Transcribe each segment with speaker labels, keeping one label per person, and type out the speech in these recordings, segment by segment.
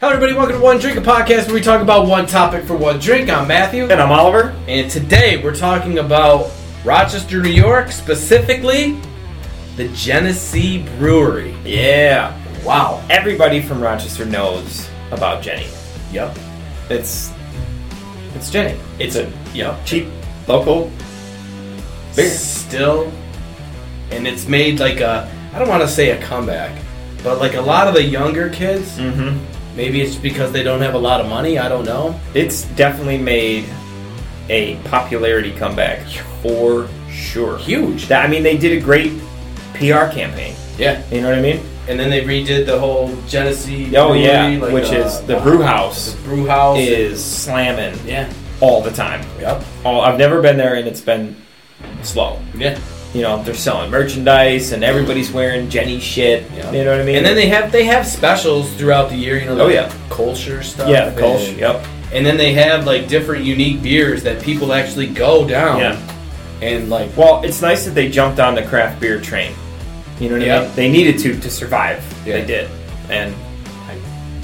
Speaker 1: welcome to One Drink, a podcast where we talk about one topic for one drink. I'm Matthew,
Speaker 2: And I'm Oliver.
Speaker 1: and today we're talking about Rochester, New York, specifically the Genesee Brewery.
Speaker 2: Yeah.
Speaker 1: Wow.
Speaker 2: Everybody from Rochester knows about Jenny.
Speaker 1: Yep.
Speaker 2: It's it's Jenny. It's a
Speaker 1: Yep.
Speaker 2: cheap local beer.
Speaker 1: Still, and it's made like a I don't want to say a comeback, but like a lot of the younger kids,
Speaker 2: Mm-hmm.
Speaker 1: maybe it's because they don't have a lot of money. I don't know.
Speaker 2: It's definitely made a popularity comeback for sure.
Speaker 1: Huge.
Speaker 2: That I mean, they did a great PR campaign.
Speaker 1: Yeah.
Speaker 2: You know what I mean?
Speaker 1: And then they redid the whole Genesee.
Speaker 2: Oh
Speaker 1: Brewery,
Speaker 2: yeah,
Speaker 1: like,
Speaker 2: which
Speaker 1: uh,
Speaker 2: is the
Speaker 1: wow.
Speaker 2: brew house
Speaker 1: The brew house
Speaker 2: is slamming
Speaker 1: Yeah.
Speaker 2: all the time.
Speaker 1: Yep.
Speaker 2: All I've never been there and it's been slow.
Speaker 1: Yeah.
Speaker 2: You know, they're selling merchandise and everybody's wearing Jenny shit.
Speaker 1: Yeah.
Speaker 2: You know what I mean?
Speaker 1: And then they have they have specials throughout the year. You know.
Speaker 2: Oh,
Speaker 1: like
Speaker 2: yeah.
Speaker 1: Culture stuff.
Speaker 2: yeah,
Speaker 1: and-
Speaker 2: Kolsch, yep.
Speaker 1: And then they have like different unique beers that people actually go down.
Speaker 2: Yeah.
Speaker 1: And like.
Speaker 2: Well, it's nice that they jumped on the craft beer train. You know what
Speaker 1: Yeah.
Speaker 2: I mean? They needed to to survive.
Speaker 1: Yeah.
Speaker 2: They did, and I,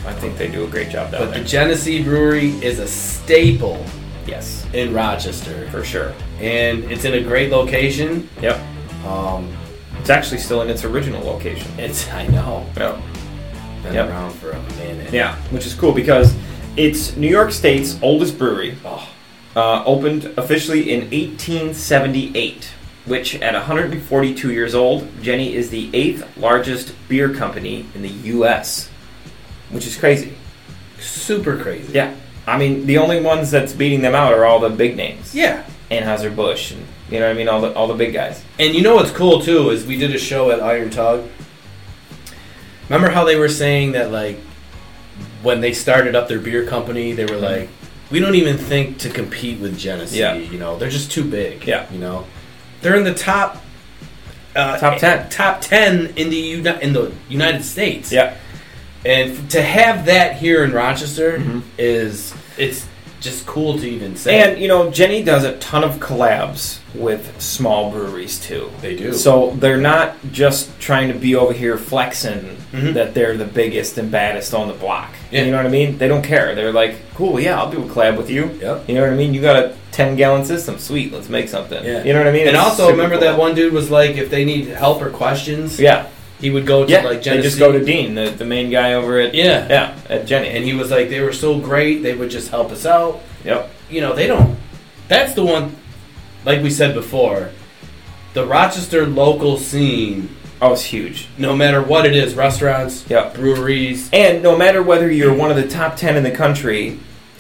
Speaker 2: I think they do a great job down
Speaker 1: But the
Speaker 2: there.
Speaker 1: Genesee Brewery is a staple
Speaker 2: yes,
Speaker 1: in Rochester,
Speaker 2: for sure.
Speaker 1: and it's in a great location.
Speaker 2: Yep.
Speaker 1: Um,
Speaker 2: It's actually still in its original location.
Speaker 1: it's I know
Speaker 2: Yeah.
Speaker 1: been
Speaker 2: Yep.
Speaker 1: around for a minute.
Speaker 2: Yeah, which is cool because it's New York State's oldest brewery.
Speaker 1: Oh,
Speaker 2: Uh, opened officially in 1878, which at 142 years old, Jenny is the eighth largest beer company in the U.S., which is crazy.
Speaker 1: super crazy.
Speaker 2: Yeah, I mean the only ones that's beating them out are all the big names,
Speaker 1: Yeah.
Speaker 2: Anheuser Busch, and you know what I mean, all the all the big guys.
Speaker 1: And you know what's cool too is we did a show at Iron Tug. Remember how they were saying that like when they started up their beer company, they were like, we don't even think to compete with Genesee.
Speaker 2: Yeah.
Speaker 1: You know, they're just too big.
Speaker 2: Yeah.
Speaker 1: You know, they're in the top. Uh,
Speaker 2: Top 10.
Speaker 1: top ten in the Uni- in the United States,
Speaker 2: Yeah,
Speaker 1: and f- to have that here in Rochester
Speaker 2: Mhm.
Speaker 1: is it's just cool to even say.
Speaker 2: and you know Jenny does a ton of collabs with small breweries too.
Speaker 1: they do.
Speaker 2: So they're not just trying to be over here flexing
Speaker 1: Mhm.
Speaker 2: that they're the biggest and baddest on the block.
Speaker 1: Yeah.
Speaker 2: You know what I mean? They don't care. They're like, cool, yeah, I'll do a collab with you.
Speaker 1: Yep.
Speaker 2: You know what I mean? You got a 10 gallon system. Sweet, let's make something.
Speaker 1: Yeah.
Speaker 2: You know what I mean?
Speaker 1: And
Speaker 2: It's
Speaker 1: also
Speaker 2: super
Speaker 1: remember
Speaker 2: cool.
Speaker 1: that one dude was like, if they need help or questions,
Speaker 2: Yeah.
Speaker 1: he would go to
Speaker 2: Yeah.
Speaker 1: like
Speaker 2: they
Speaker 1: Genesee.
Speaker 2: just go to Dean, the, the main guy over at
Speaker 1: yeah.
Speaker 2: yeah at Jenny.
Speaker 1: And he was like, they were so great, they would just help us out.
Speaker 2: yep.
Speaker 1: You know, they don't. That's the one, like we said before, the Rochester local scene.
Speaker 2: Oh, it's huge.
Speaker 1: No matter what it is, restaurants,
Speaker 2: Yep.
Speaker 1: breweries,
Speaker 2: And no matter whether you're one of the top 10 in the country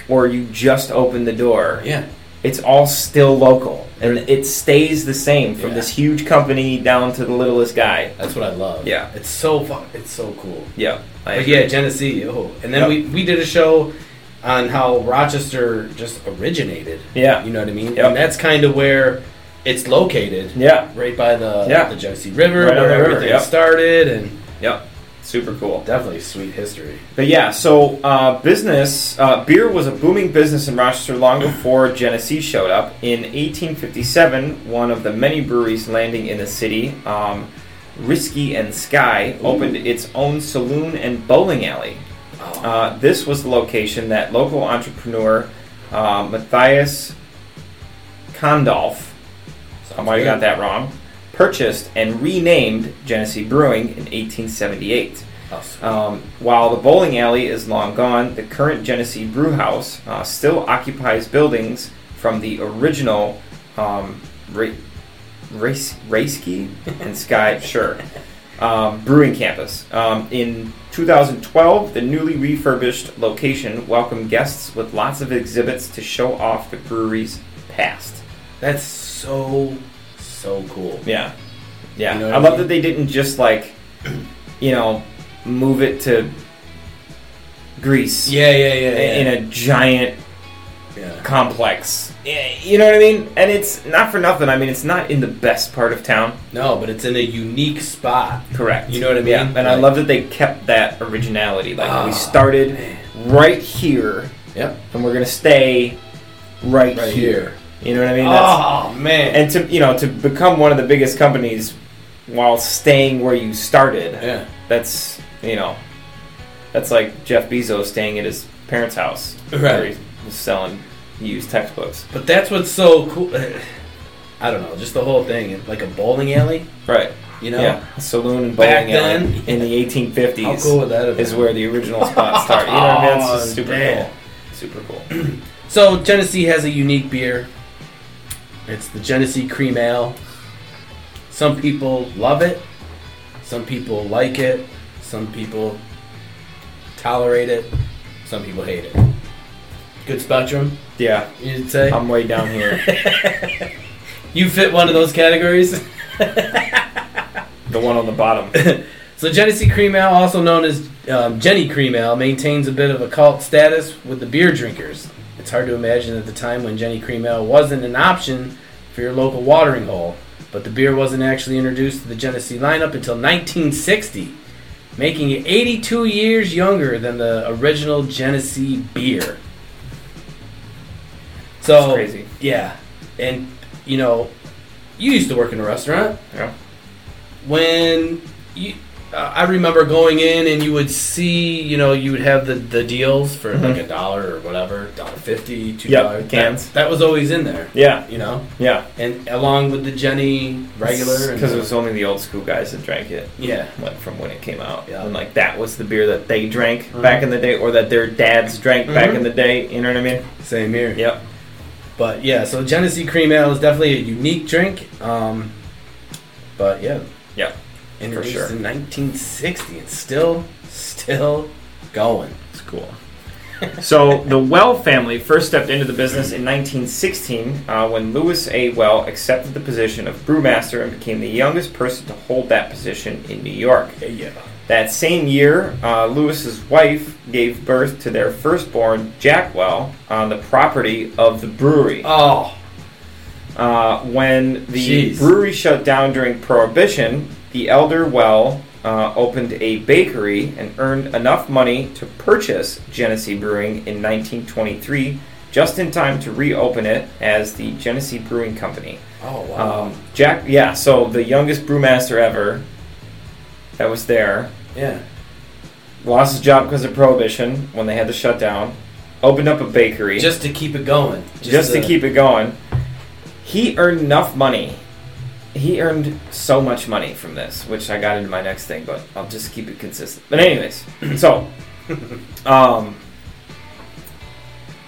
Speaker 2: or you just opened the door,
Speaker 1: yeah,
Speaker 2: it's all still local and it stays the same from
Speaker 1: Yeah.
Speaker 2: this huge company down to the littlest guy
Speaker 1: that's what I love.
Speaker 2: Yeah.
Speaker 1: it's so fun. It's so cool.
Speaker 2: yeah
Speaker 1: But
Speaker 2: I agree.
Speaker 1: yeah, Genesee. Oh, and then
Speaker 2: Yep.
Speaker 1: we we did a show on how Rochester just originated.
Speaker 2: yeah
Speaker 1: You know what I mean?
Speaker 2: Yep.
Speaker 1: And that's kind of where it's located.
Speaker 2: yeah
Speaker 1: right by the
Speaker 2: Yeah.
Speaker 1: the Genesee River,
Speaker 2: Right on
Speaker 1: where
Speaker 2: the river,
Speaker 1: everything
Speaker 2: yep.
Speaker 1: started, and
Speaker 2: yeah super cool
Speaker 1: definitely sweet history.
Speaker 2: but yeah so uh, business uh, beer was a booming business in rochester long before genesee showed up in 1857 one of the many breweries landing in the city um, risky and sky opened its own saloon and bowling alley
Speaker 1: Oh,
Speaker 2: Uh, this was the location that local entrepreneur uh, Matthias Kondolf, I might have got that wrong, purchased and renamed Genesee Brewing in 1878.
Speaker 1: Oh,
Speaker 2: Um, while the bowling alley is long gone, the current Genesee Brew House uh, still occupies buildings from the original um, Ra- Race Raceky and Sky Sure um, Brewing Campus. Um, in 2012, the newly refurbished location welcomed guests with lots of exhibits to show off the brewery's past.
Speaker 1: That's so so cool.
Speaker 2: Yeah, yeah.
Speaker 1: You know what
Speaker 2: I
Speaker 1: I
Speaker 2: love
Speaker 1: mean?
Speaker 2: that they didn't just like, you know, move it to Greece.
Speaker 1: Yeah, yeah, yeah. yeah.
Speaker 2: in a giant
Speaker 1: yeah.
Speaker 2: complex. Yeah, You know what I mean? And it's not for nothing. I mean, it's not in the best part of town.
Speaker 1: No, but it's in a unique spot.
Speaker 2: Correct.
Speaker 1: You know what I mean?
Speaker 2: Yeah. And I
Speaker 1: Like-
Speaker 2: love that they kept that originality. Like
Speaker 1: Ah,
Speaker 2: we started right here,
Speaker 1: Yep.
Speaker 2: and we're gonna stay right,
Speaker 1: Right
Speaker 2: here.
Speaker 1: here.
Speaker 2: You know what I mean? That's-
Speaker 1: Oh man.
Speaker 2: And to you know to become one of the biggest companies while staying where you started.
Speaker 1: yeah.
Speaker 2: That's you know. That's like Jeff Bezos staying at his parents' house where
Speaker 1: Right.
Speaker 2: he was selling used textbooks.
Speaker 1: But that's what's so cool. I don't know, just the whole thing, like a bowling alley,
Speaker 2: Right.
Speaker 1: you know?
Speaker 2: Yeah. A saloon and bowling
Speaker 1: Back then-
Speaker 2: alley in the 1850s
Speaker 1: How cool would that have been?
Speaker 2: is where the original spot started. You know what I mean? It's just
Speaker 1: Oh,
Speaker 2: super
Speaker 1: damn.
Speaker 2: cool. Super cool.
Speaker 1: So Genesee has a unique beer. It's the Genesee Cream Ale. Some people love it. Some people like it. Some people tolerate it. Some people hate it. Good spectrum,
Speaker 2: Yeah.
Speaker 1: you'd say.
Speaker 2: I'm way down here.
Speaker 1: you fit one of those categories.
Speaker 2: the one on the bottom.
Speaker 1: So Genesee Cream Ale, also known as um, Jenny Cream Ale, maintains a bit of a cult status with the beer drinkers. It's hard to imagine at the time when Jenny Cream Ale wasn't an option for your local watering hole, but the beer wasn't actually introduced to the Genesee lineup until 1960, making it 82 years younger than the original Genesee beer. So
Speaker 2: It's crazy.
Speaker 1: yeah, and you know, you used to work in a restaurant
Speaker 2: Yeah.
Speaker 1: when you, uh, I remember going in and you would see, you know, you would have the, the deals for
Speaker 2: Mhm.
Speaker 1: like a dollar or whatever, dollar fifty, two
Speaker 2: Yep,
Speaker 1: dollar
Speaker 2: cans.
Speaker 1: That, that was always in there,
Speaker 2: Yeah.
Speaker 1: you know,
Speaker 2: Yeah.
Speaker 1: and along with the Jenny regular, and-
Speaker 2: Because it was only the old school guys that drank it.
Speaker 1: yeah,
Speaker 2: like from when it came out.
Speaker 1: Yeah. Mm-hmm.
Speaker 2: And like that was the beer that they drank back in the day or that their dads drank back
Speaker 1: Mhm.
Speaker 2: in the day, you know what I mean?
Speaker 1: same here.
Speaker 2: Yep.
Speaker 1: But yeah, so Genesee Cream Ale is definitely a unique drink. Um, but yeah,
Speaker 2: Yeah,
Speaker 1: introduced
Speaker 2: sure.
Speaker 1: in 1960 and still, still going.
Speaker 2: It's cool. so the Well family first stepped into the business in 1916 uh, when Lewis A. Well accepted the position of brewmaster and became the youngest person to hold that position in New York.
Speaker 1: Yeah,
Speaker 2: That same year, uh, Lewis's wife gave birth to their firstborn, Jack Well, on the property of the brewery.
Speaker 1: Oh,
Speaker 2: uh, when the
Speaker 1: Jeez.
Speaker 2: brewery shut down during Prohibition, the elder Well uh, opened a bakery and earned enough money to purchase Genesee Brewing in 1923, just in time to reopen it as the Genesee Brewing Company.
Speaker 1: oh wow,
Speaker 2: Um, Jack, yeah, so the youngest brewmaster ever that was there
Speaker 1: yeah.
Speaker 2: lost his job because of Prohibition when they had the shutdown, opened up a bakery
Speaker 1: just to keep it going.
Speaker 2: just,
Speaker 1: uh,
Speaker 2: to, keep it going. He earned enough money. He earned so much money from this, which I got into my next thing, but I'll just keep it consistent. But anyways, so um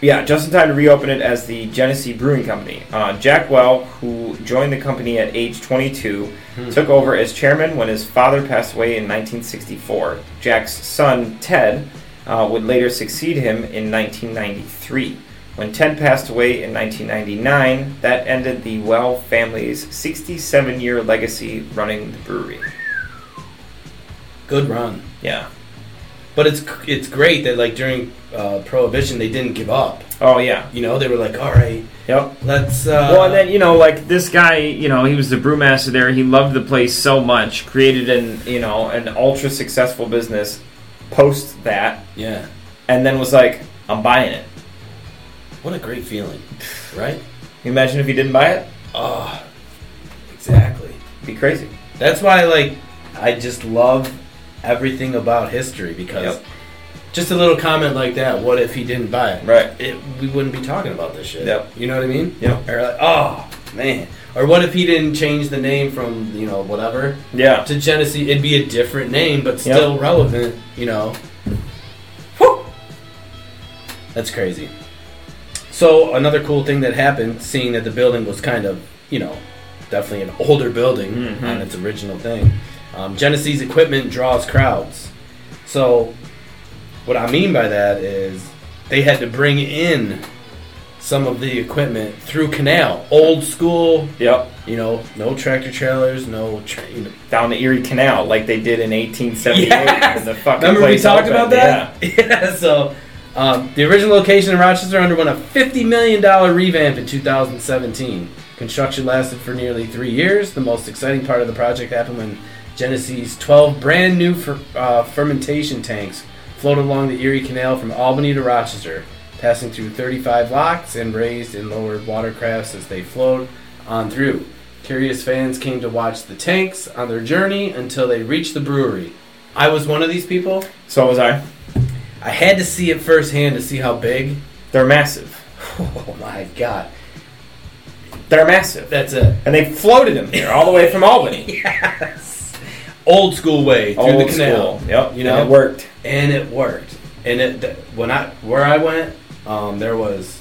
Speaker 2: yeah, just in time to reopen it as the Genesee Brewing Company. Uh, Jack Well, who joined the company at age 22,
Speaker 1: Hmm.
Speaker 2: took over as chairman when his father passed away in 1964. Jack's son, Ted, uh, would later succeed him in 1993. When Ted passed away in 1999, that ended the Well family's 67 year legacy running the brewery.
Speaker 1: good run.
Speaker 2: Yeah.
Speaker 1: But it's it's great that like during uh, Prohibition they didn't give up.
Speaker 2: Oh, yeah.
Speaker 1: You know they were like, all right,
Speaker 2: Yep.
Speaker 1: let's. Uh,
Speaker 2: Well, and then you know, like this guy, you know, he was the brewmaster there. He loved the place so much, created an you know an ultra successful business post that,
Speaker 1: yeah,
Speaker 2: and then was like, I'm buying it.
Speaker 1: what a great feeling, right?
Speaker 2: Can you imagine if he didn't buy it?
Speaker 1: Oh, exactly.
Speaker 2: It'd be crazy.
Speaker 1: That's why like I just love everything about history because
Speaker 2: Yep.
Speaker 1: just a little comment like that. What if he didn't buy it?
Speaker 2: Right.
Speaker 1: it we wouldn't be talking about this shit.
Speaker 2: Yep.
Speaker 1: You know what I mean?
Speaker 2: Yep.
Speaker 1: Or like, oh man. Or what if he didn't change the name from you know whatever
Speaker 2: Yeah.
Speaker 1: to Genesee, it'd be a different name, but still relevant, you know. Whew! That's crazy. So another cool thing that happened, seeing that the building was kind of, you know, definitely an older building
Speaker 2: Mhm.
Speaker 1: on its original thing. Um, Genesee's equipment draws crowds. So what I mean by that is they had to bring in some of the equipment through canal, old school,
Speaker 2: Yep.
Speaker 1: you know, no tractor trailers, no, tra- you know,
Speaker 2: Down the Erie Canal, like they did in 1878.
Speaker 1: Yes!
Speaker 2: The fucking
Speaker 1: Remember we
Speaker 2: place
Speaker 1: talked
Speaker 2: opened.
Speaker 1: about that? Yeah. so, um, the original location in Rochester underwent a $50 million revamp in 2017. Construction lasted for nearly three years. The most exciting part of the project happened when Genesee's 12 brand new fer- uh, fermentation tanks floated along the Erie Canal from Albany to Rochester, passing through 35 locks and raised and lowered watercrafts as they flowed on through. Curious fans came to watch the tanks on their journey until they reached the brewery. I was one of these people.
Speaker 2: Yeah. So was I.
Speaker 1: I had to see it firsthand to see how big.
Speaker 2: They're massive.
Speaker 1: Oh my god,
Speaker 2: They're massive.
Speaker 1: that's it.
Speaker 2: And they floated them here all the way from Albany.
Speaker 1: Yes, old school way through
Speaker 2: Old
Speaker 1: the canal,
Speaker 2: school. Yep.
Speaker 1: You know?
Speaker 2: and it worked.
Speaker 1: and it worked. And it th- when I where I went, um, there was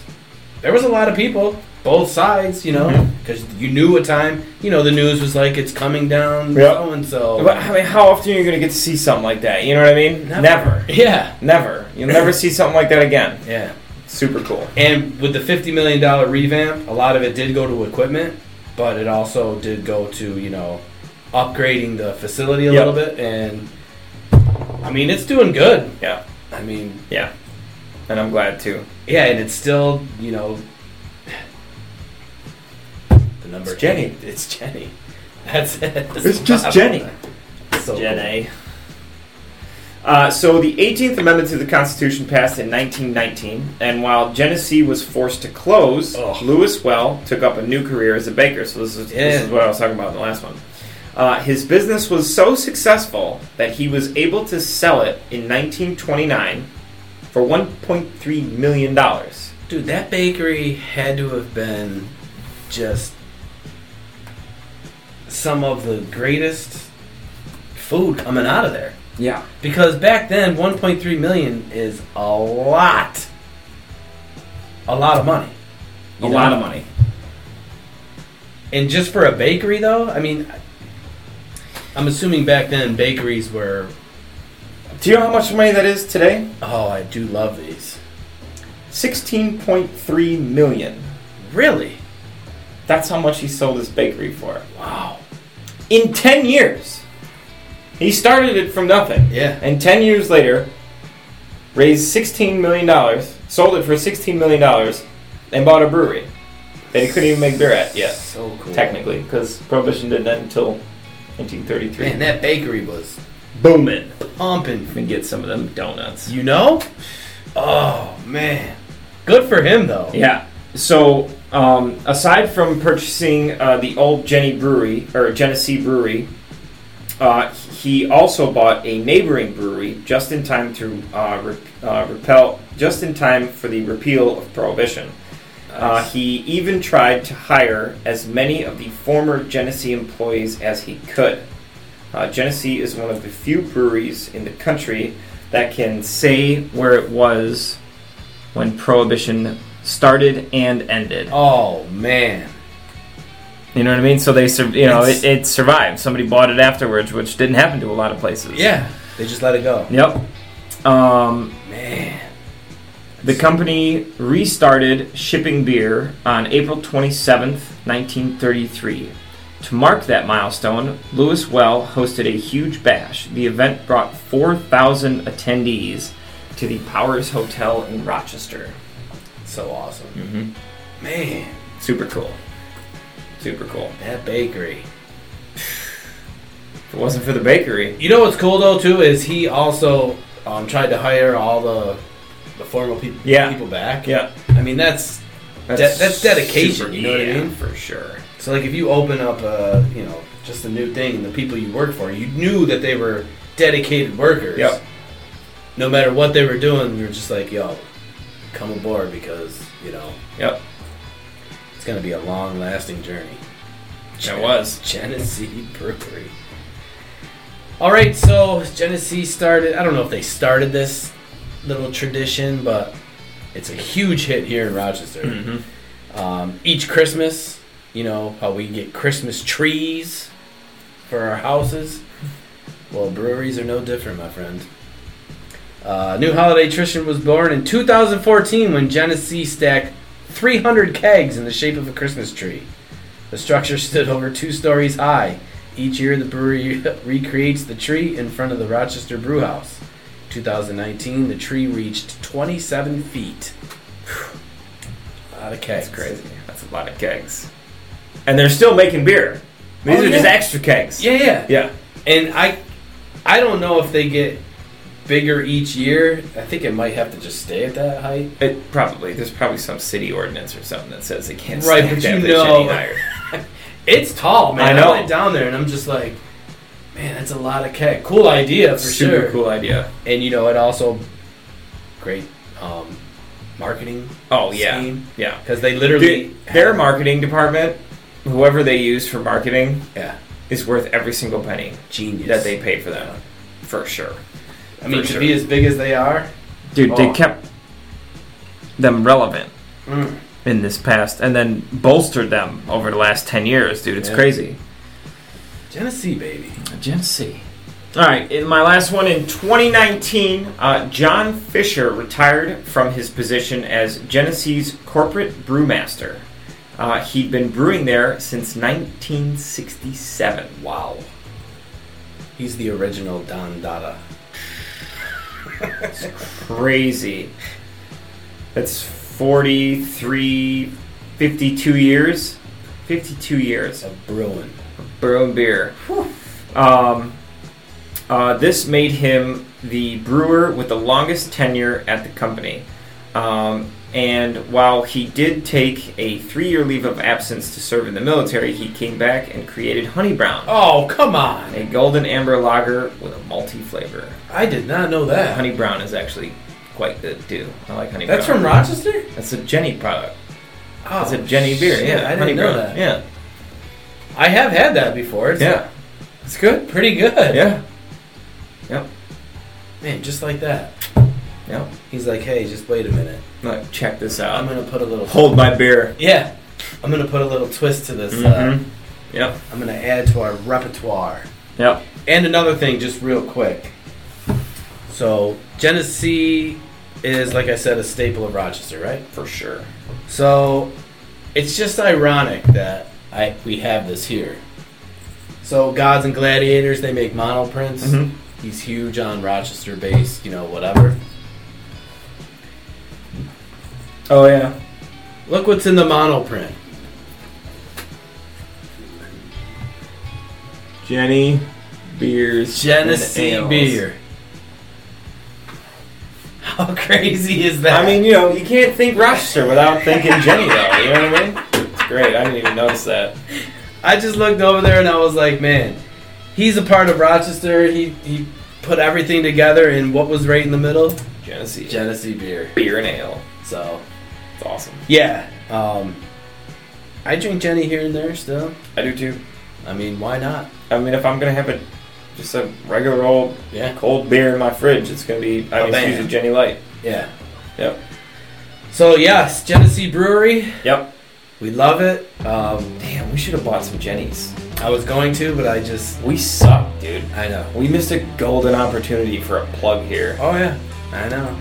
Speaker 1: there was a lot of people, both sides, you know,
Speaker 2: Mhm.
Speaker 1: because you knew a time. You know, the news was like it's coming down,
Speaker 2: Yep.
Speaker 1: so and so.
Speaker 2: But, I mean, how often are you going to get to see something like that? You know what I mean?
Speaker 1: Never.
Speaker 2: Never.
Speaker 1: Yeah,
Speaker 2: Never. You'll never see something like that again.
Speaker 1: yeah.
Speaker 2: Super cool.
Speaker 1: And with the fifty million dollar revamp, a lot of it did go to equipment, but it also did go to you know upgrading the facility a
Speaker 2: Yep.
Speaker 1: little bit. And I mean, it's doing good.
Speaker 2: Yeah.
Speaker 1: I mean,
Speaker 2: Yeah. And I'm glad too.
Speaker 1: yeah, and it's still you know the number
Speaker 2: It's Jenny.
Speaker 1: It's Jenny. That's it.
Speaker 2: It's just Jenny.
Speaker 1: So cool.
Speaker 2: Jenny. Uh, so the 18th Amendment to the Constitution passed in 1919, and while Genesee was forced to close,
Speaker 1: Ugh.
Speaker 2: Lewis Well took up a new career as a baker. So this is, this is
Speaker 1: Yeah.
Speaker 2: what I was talking about in the last one. Uh, his business was so successful that he was able to sell it in 1929 for 1.3 million dollars.
Speaker 1: Dude, that bakery had to have been just some of the greatest food coming out of there.
Speaker 2: Yeah.
Speaker 1: Because back then, 1.3 million is a lot, a lot of money,
Speaker 2: A
Speaker 1: You
Speaker 2: lot
Speaker 1: know?
Speaker 2: of money.
Speaker 1: And just for a bakery, though, I mean, I'm assuming back then bakeries were.
Speaker 2: Do you know how much money that is today?
Speaker 1: Oh, I do love these.
Speaker 2: 16.3 million.
Speaker 1: Really?
Speaker 2: That's how much he sold his bakery for.
Speaker 1: Wow.
Speaker 2: in 10 years. He started it from nothing.
Speaker 1: Yeah.
Speaker 2: And 10 years later, raised $16 million, sold it for $16 million, and bought a brewery that he couldn't even make beer at yet,
Speaker 1: So cool.
Speaker 2: technically, because Prohibition didn't end until
Speaker 1: Man,
Speaker 2: 1933.
Speaker 1: that bakery was
Speaker 2: Booming.
Speaker 1: pumping.
Speaker 2: Let me get some of them donuts.
Speaker 1: You know? Oh man. Good for him though.
Speaker 2: Yeah. So, um, aside from purchasing uh, the old Jenny Brewery or Genesee Brewery, uh, he also bought a neighboring brewery just in time to uh, re- uh, repel, just in time for the repeal of prohibition. Uh, he even tried to hire as many of the former Genesee employees as he could. Uh, Genesee is one of the few breweries in the country that can say where it was when prohibition started and ended.
Speaker 1: Oh man.
Speaker 2: You know what I mean? So they, sur- you know,
Speaker 1: It's-
Speaker 2: it, it survived. Somebody bought it afterwards, which didn't happen to a lot of places.
Speaker 1: Yeah. They just let it go.
Speaker 2: Yep. Um,
Speaker 1: Man.
Speaker 2: the company restarted shipping beer on April 27th, 1933. To mark that milestone, Lewis Well hosted a huge bash. The event brought 4,000 attendees to the Powers Hotel in Rochester.
Speaker 1: So awesome.
Speaker 2: Mm-hmm.
Speaker 1: Man,
Speaker 2: Super cool. Super cool.
Speaker 1: that bakery.
Speaker 2: If it wasn't for the bakery,
Speaker 1: You know what's cool though too is he also um, tried to hire all the the former people
Speaker 2: Yeah.
Speaker 1: people back.
Speaker 2: yeah,
Speaker 1: I mean that's De- that's dedication, you know what I
Speaker 2: yeah,
Speaker 1: mean?
Speaker 2: For sure.
Speaker 1: so like if you open up a you know just a new thing and the people you work for you knew that they were dedicated workers.
Speaker 2: Yep.
Speaker 1: No matter what they were doing, we were just like yo, come aboard because you know
Speaker 2: Yep,
Speaker 1: It's gonna be a long lasting journey.
Speaker 2: it was.
Speaker 1: Genesee Brewery. Alright, so Genesee started I don't know if they started this little tradition, but it's a huge hit here in Rochester.
Speaker 2: Mm-hmm.
Speaker 1: Um, each Christmas, you know, how we get Christmas trees for our houses. Well, breweries are no different, my friend. Uh, new holiday tradition was born in 2014 when Genesee stacked 300 kegs in the shape of a Christmas tree. The structure stood over two stories high. Each year, the brewery recreates the tree in front of the Rochester Brew House. 2019, the tree reached 27 feet. Whew. A lot of kegs.
Speaker 2: That's crazy. That's a lot of kegs. And they're still making beer. These
Speaker 1: Oh,
Speaker 2: are just
Speaker 1: yeah.
Speaker 2: extra kegs.
Speaker 1: Yeah, yeah.
Speaker 2: Yeah.
Speaker 1: And I, I don't know if they get bigger each year. I think it might have to just stay at that height.
Speaker 2: It probably there's probably some city ordinance or something that says they can't
Speaker 1: Right,
Speaker 2: stack
Speaker 1: but
Speaker 2: that
Speaker 1: you
Speaker 2: bitch
Speaker 1: know-
Speaker 2: any higher.
Speaker 1: It's tall, man.
Speaker 2: I
Speaker 1: I,
Speaker 2: know.
Speaker 1: went down there and I'm just like, man, that's a lot of keg. Cool idea for
Speaker 2: Super
Speaker 1: sure.
Speaker 2: cool idea.
Speaker 1: And you know, it also great um, marketing.
Speaker 2: Oh yeah,
Speaker 1: scheme
Speaker 2: yeah.
Speaker 1: because they literally
Speaker 2: Dude, their
Speaker 1: have-
Speaker 2: marketing department, whoever they use for marketing,
Speaker 1: Yeah,
Speaker 2: is worth every single penny
Speaker 1: genius
Speaker 2: that they pay for them, for sure.
Speaker 1: I mean,
Speaker 2: for
Speaker 1: to
Speaker 2: sure.
Speaker 1: be as big as they are,
Speaker 2: Dude,
Speaker 1: Oh.
Speaker 2: they kept them relevant
Speaker 1: mm,
Speaker 2: in this past, and then bolstered them over the last ten years, dude. It's
Speaker 1: Yeah.
Speaker 2: crazy.
Speaker 1: Genesee baby.
Speaker 2: Gen C. All right, in my last one in 2019, uh, John Fisher retired from his position as Genesee's corporate brewmaster. Uh, he'd been brewing there since 1967. Wow.
Speaker 1: He's the original Don Dada.
Speaker 2: Crazy. That's 43, 52 years. 52 years.
Speaker 1: It's a brewing.
Speaker 2: brewing beer. Um, uh, this made him the brewer with the longest tenure at the company. Um, and while he did take a three-year leave of absence to serve in the military, he came back and created Honey Brown,
Speaker 1: Oh come on!
Speaker 2: a golden amber lager with a malty flavor.
Speaker 1: I did not know that.
Speaker 2: Honey Brown is actually quite good too. I like Honey
Speaker 1: That's
Speaker 2: Brown.
Speaker 1: from Rochester.
Speaker 2: That's a Jenny product.
Speaker 1: Oh,
Speaker 2: That's a Jenny beer.
Speaker 1: shit,
Speaker 2: yeah,
Speaker 1: I didn't
Speaker 2: Honey
Speaker 1: know
Speaker 2: Brown.
Speaker 1: that.
Speaker 2: Yeah,
Speaker 1: I have had that before. It's,
Speaker 2: yeah,
Speaker 1: it's good, pretty good.
Speaker 2: yeah,
Speaker 1: Man, just like that.
Speaker 2: yeah.
Speaker 1: He's like, hey, just wait a minute.
Speaker 2: Like, check this out.
Speaker 1: I'm gonna put a little.
Speaker 2: Hold my beer.
Speaker 1: Yeah, I'm gonna put a little twist to this. Uh,
Speaker 2: Mhm. Yep.
Speaker 1: I'm gonna add to our repertoire.
Speaker 2: Yep.
Speaker 1: And another thing, just real quick. So Genesee is, like I said, a staple of Rochester, right?
Speaker 2: For sure.
Speaker 1: So it's just ironic that I we have this here. So Gods and Gladiators, they make monoprints.
Speaker 2: Mm-hmm.
Speaker 1: He's huge on Rochester based, you know, whatever.
Speaker 2: Oh yeah.
Speaker 1: Look what's in the monoprint.
Speaker 2: Jenny beers.
Speaker 1: Genesee beer. How crazy is that?
Speaker 2: I mean, you know, you can't think Rochester without thinking Jenny though. You know what I mean? It's great. I didn't even notice that.
Speaker 1: I just looked over there and I was like, man, he's a part of Rochester. He he put everything together and what was right in the middle?
Speaker 2: Genesee
Speaker 1: Genesee beer.
Speaker 2: beer and ale.
Speaker 1: So
Speaker 2: It's awesome.
Speaker 1: yeah, um, I drink Jenny here and there still.
Speaker 2: I do too.
Speaker 1: I mean, why not?
Speaker 2: I mean, if I'm gonna have a just a regular old
Speaker 1: Yeah,
Speaker 2: cold beer in my fridge, it's gonna be I
Speaker 1: A
Speaker 2: mean,
Speaker 1: bang.
Speaker 2: use a Jenny Light.
Speaker 1: yeah.
Speaker 2: Yep.
Speaker 1: So yes, Genesee Brewery,
Speaker 2: Yep.
Speaker 1: we love it. Um,
Speaker 2: Damn, we should have bought some Jennies.
Speaker 1: I was going to, but I just
Speaker 2: We suck, dude.
Speaker 1: I know.
Speaker 2: We missed a golden opportunity for a plug here.
Speaker 1: Oh yeah, I know.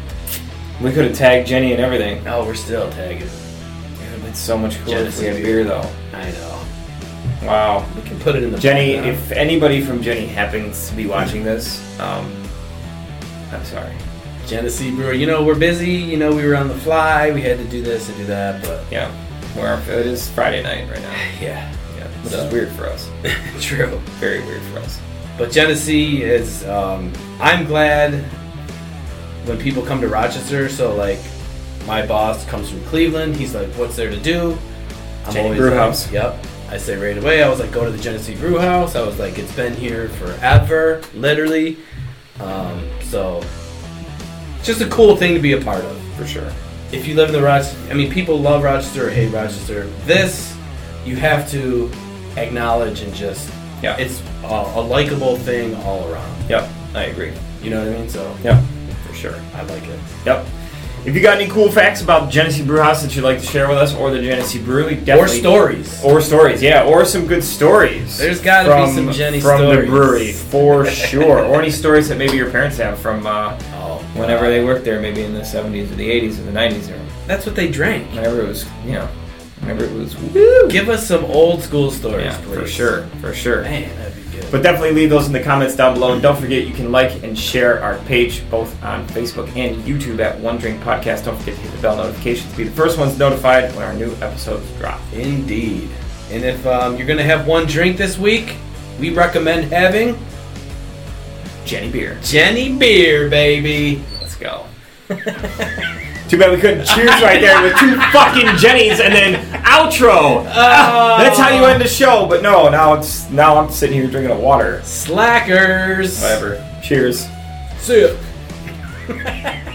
Speaker 2: We could have tagged Jenny and everything.
Speaker 1: Oh, we're still tagging.
Speaker 2: Dude, it's so much cooler if
Speaker 1: Genesee
Speaker 2: we had
Speaker 1: beer.
Speaker 2: beer, though.
Speaker 1: I know.
Speaker 2: Wow.
Speaker 1: We can put it in the
Speaker 2: Jenny,
Speaker 1: Now.
Speaker 2: if anybody from Jenny happens to be watching this, um, I'm sorry.
Speaker 1: Genesee Brewer. You know, we're busy. You know, we were on the fly. We had to do this and do that, but
Speaker 2: Yeah, where our, it is Friday night right now.
Speaker 1: yeah,
Speaker 2: Yeah, which
Speaker 1: So-
Speaker 2: is weird for us.
Speaker 1: true.
Speaker 2: Very weird for us.
Speaker 1: But Genesee is. Um, I'm glad when people come to Rochester. So like, my boss comes from Cleveland. He's like, "What's there to do?"
Speaker 2: Jenny
Speaker 1: always
Speaker 2: Brew
Speaker 1: like,
Speaker 2: House.
Speaker 1: Yep. I say right away. I was like, "Go to the Genesee Brew House." I was like, "It's been here forever, literally." Um, so, it's just a cool thing to be a part of.
Speaker 2: For sure.
Speaker 1: if you live in the Rochester, I mean, people love Rochester or hate Rochester. This, you have to acknowledge and just,
Speaker 2: Yeah.
Speaker 1: it's a, a likable thing all around.
Speaker 2: Yep, I agree.
Speaker 1: You know what I mean? So
Speaker 2: Yep, for sure.
Speaker 1: I like it.
Speaker 2: Yep. If you got any cool facts about Genesee Brew House that you'd like to share with us, or the Genesee Brewery, definitely.
Speaker 1: Or stories.
Speaker 2: Or stories, yeah, or some good stories.
Speaker 1: There's got to be some Jenny
Speaker 2: from
Speaker 1: stories.
Speaker 2: the brewery for sure, or any stories that maybe your parents have from uh,
Speaker 1: Oh,
Speaker 2: whenever they worked there, maybe in the 70s or the 80s or the 90s, or
Speaker 1: That's what they drank.
Speaker 2: whenever it was, you know, whenever it was. Woo!
Speaker 1: Give us some old school stories,
Speaker 2: Yeah,
Speaker 1: please.
Speaker 2: for sure, for sure.
Speaker 1: Man, that'd be good.
Speaker 2: But definitely leave those in the comments down below, and don't forget you can like and share our page both on Facebook and YouTube at One Drink Podcast. Don't forget to hit the bell notification to be the first ones notified when our new episodes drop.
Speaker 1: Indeed. And if um, you're going to have one drink this week, we recommend having
Speaker 2: Jenny Beer,
Speaker 1: Jenny beer, baby.
Speaker 2: let's go. Too bad we couldn't cheers right there with two fucking Jennies and then outro. That's how you end the show. But no, now it's now I'm sitting here drinking a water.
Speaker 1: Slackers.
Speaker 2: Whatever. Cheers.
Speaker 1: See ya.